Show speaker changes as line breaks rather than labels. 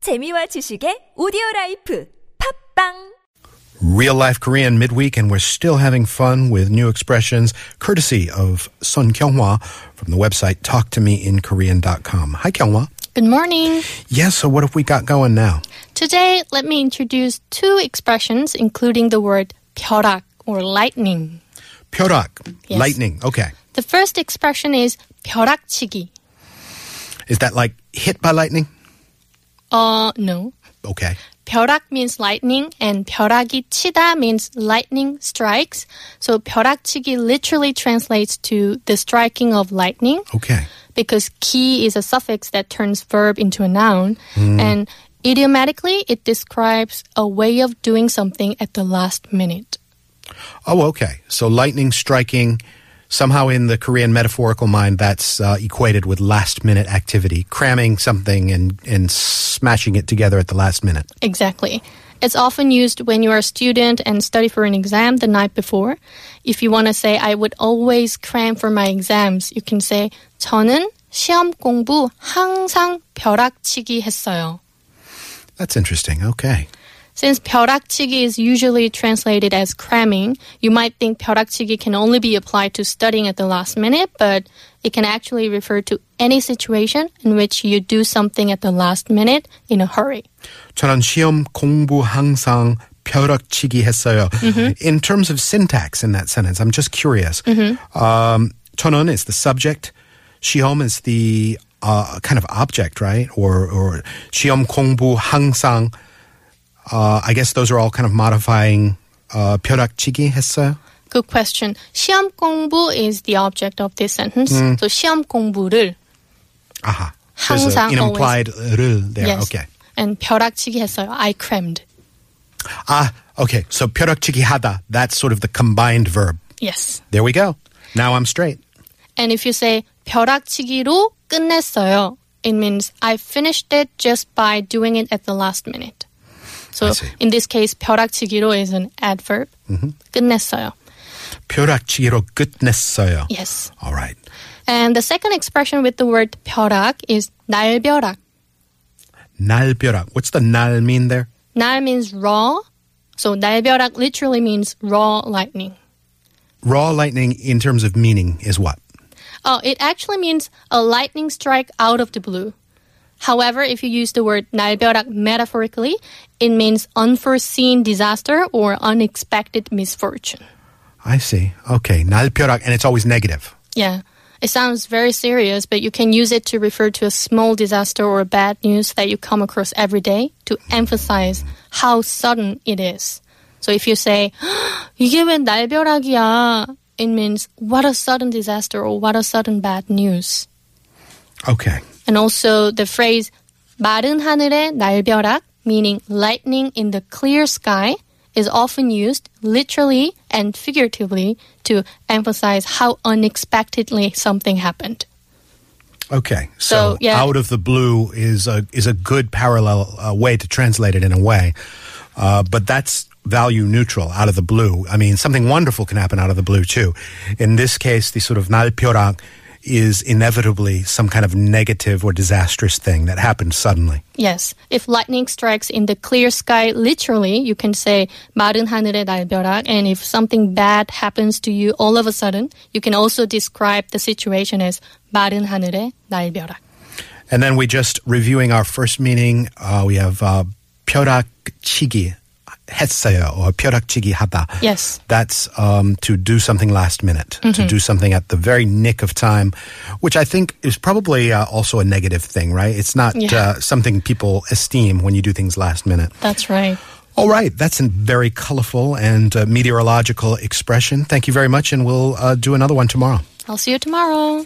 재미와 지식의 오디오 라이프 팝빵
Real Life Korean midweek, and we're still having fun with new expressions courtesy of Sun Kyunghwa from the website talktomeinkorean.com. Hi, Kyunghwa.
Good morning.
Yeah, so what have we got going now?
Today, let me introduce two expressions, including the word 벼락 or lightning.
Pyorak,
Yes.
lightning. Okay.
The first expression is 벼락치기.
Is that like hit by lightning?
Uh, no.
Okay.
벼락 means lightning, and 벼락이 치다 means lightning strikes. So 벼락치기 literally translates to the striking of lightning.
Okay.
because ki is a suffix that turns verb into a noun and idiomatically it describes a way of doing something at the last minute
Oh, okay. So lightning striking, somehow in the Korean metaphorical mind, that's uh, equated with last minute activity, cramming something and, and smashing it together at the last minute.
exactly it's often used when you are a student and study for an exam the night before if you want to say i would always cram for my exams you can say 저는 시험 공부 항상 벼락치기 했어요
That's interesting. Okay.
Since 벼락치기 is usually translated as cramming, you might think 벼락치기 can only be applied to studying at the last minute, but it can actually refer to any situation in which you do something at the last minute in a hurry.
저는 시험 공부 항상 벼락치기 했어요. In terms of syntax in that sentence, I'm just curious. Um, 저는 is the subject, 시험 is the uh, kind of object, right? Or, or 시험 공부 항상. Uh, I guess those are all kind of modifying uh, 벼락치기 했어요.
Good question. 시험 공부 is the object of this sentence. So 시험 공부를
Aha. There's a-
항상
an
always.
implied 를 there.
yes.
Okay.
And 벼락치기 했어요. I crammed.
Ah, okay. So 벼락치기 하다. That's sort of the combined verb.
Yes.
There we go. Now I'm straight.
And if you say 벼락치기로 끝냈어요, it means I finished it just by doing it at the last minute. So
I see. Mm-hmm.
in this case, 벼락치기로 is an adverb. 끝냈어요.
벼락치기로 끝냈어요.
Yes.
All right.
And the second expression with the word 벼락 is 날벼락.
날벼락. What's the 날 mean there?
날 means raw. So 날벼락 literally means raw lightning.
Raw lightning in terms of meaning is what?
Oh, it actually means a lightning strike out of the blue. However, if you use the word 날벼락 metaphorically, it means unforeseen disaster or unexpected misfortune.
I see. Okay. 날벼락. And it's always negative.
Yeah. It sounds very serious, but you can use it to refer to a small disaster or bad news that you come across every day to emphasize how sudden it is. So if you say, 이게 왜 날벼락이야? It means what a sudden disaster or what a sudden bad news.
Okay.
And also the phrase 마른 하늘에 날벼락, meaning lightning in the clear sky, is often used literally and figuratively to emphasize how unexpectedly something happened.
Okay. So,
So, yeah.
out of the blue is a is a good parallel uh, way to translate it in a way. Uh, but that's value neutral out of the blue. I mean, something wonderful can happen out of the blue too. In this case, the sort of 날벼락 is inevitably some kind of negative or disastrous thing that happened suddenly.
Yes, if lightning strikes in the clear sky literally, you can say 마른 하늘에 날벼락 and if something bad happens to you all of a sudden, you can also describe the situation as 마른 하늘에 날벼락.
And then we just reviewing our first meaning. Uh, we have uh, 벼락치기 했어요 or 벼락치기 하다.
Yes.
That's um, to do something last minute, to do something at the very nick of time, which I think is probably uh, also a negative thing, right? It's not
Yeah.
uh, something people esteem when you do things last minute.
That's right.
All right, that's a very colorful and uh, meteorological expression. Thank you very much, and we'll uh, do another one tomorrow.
I'll see you tomorrow.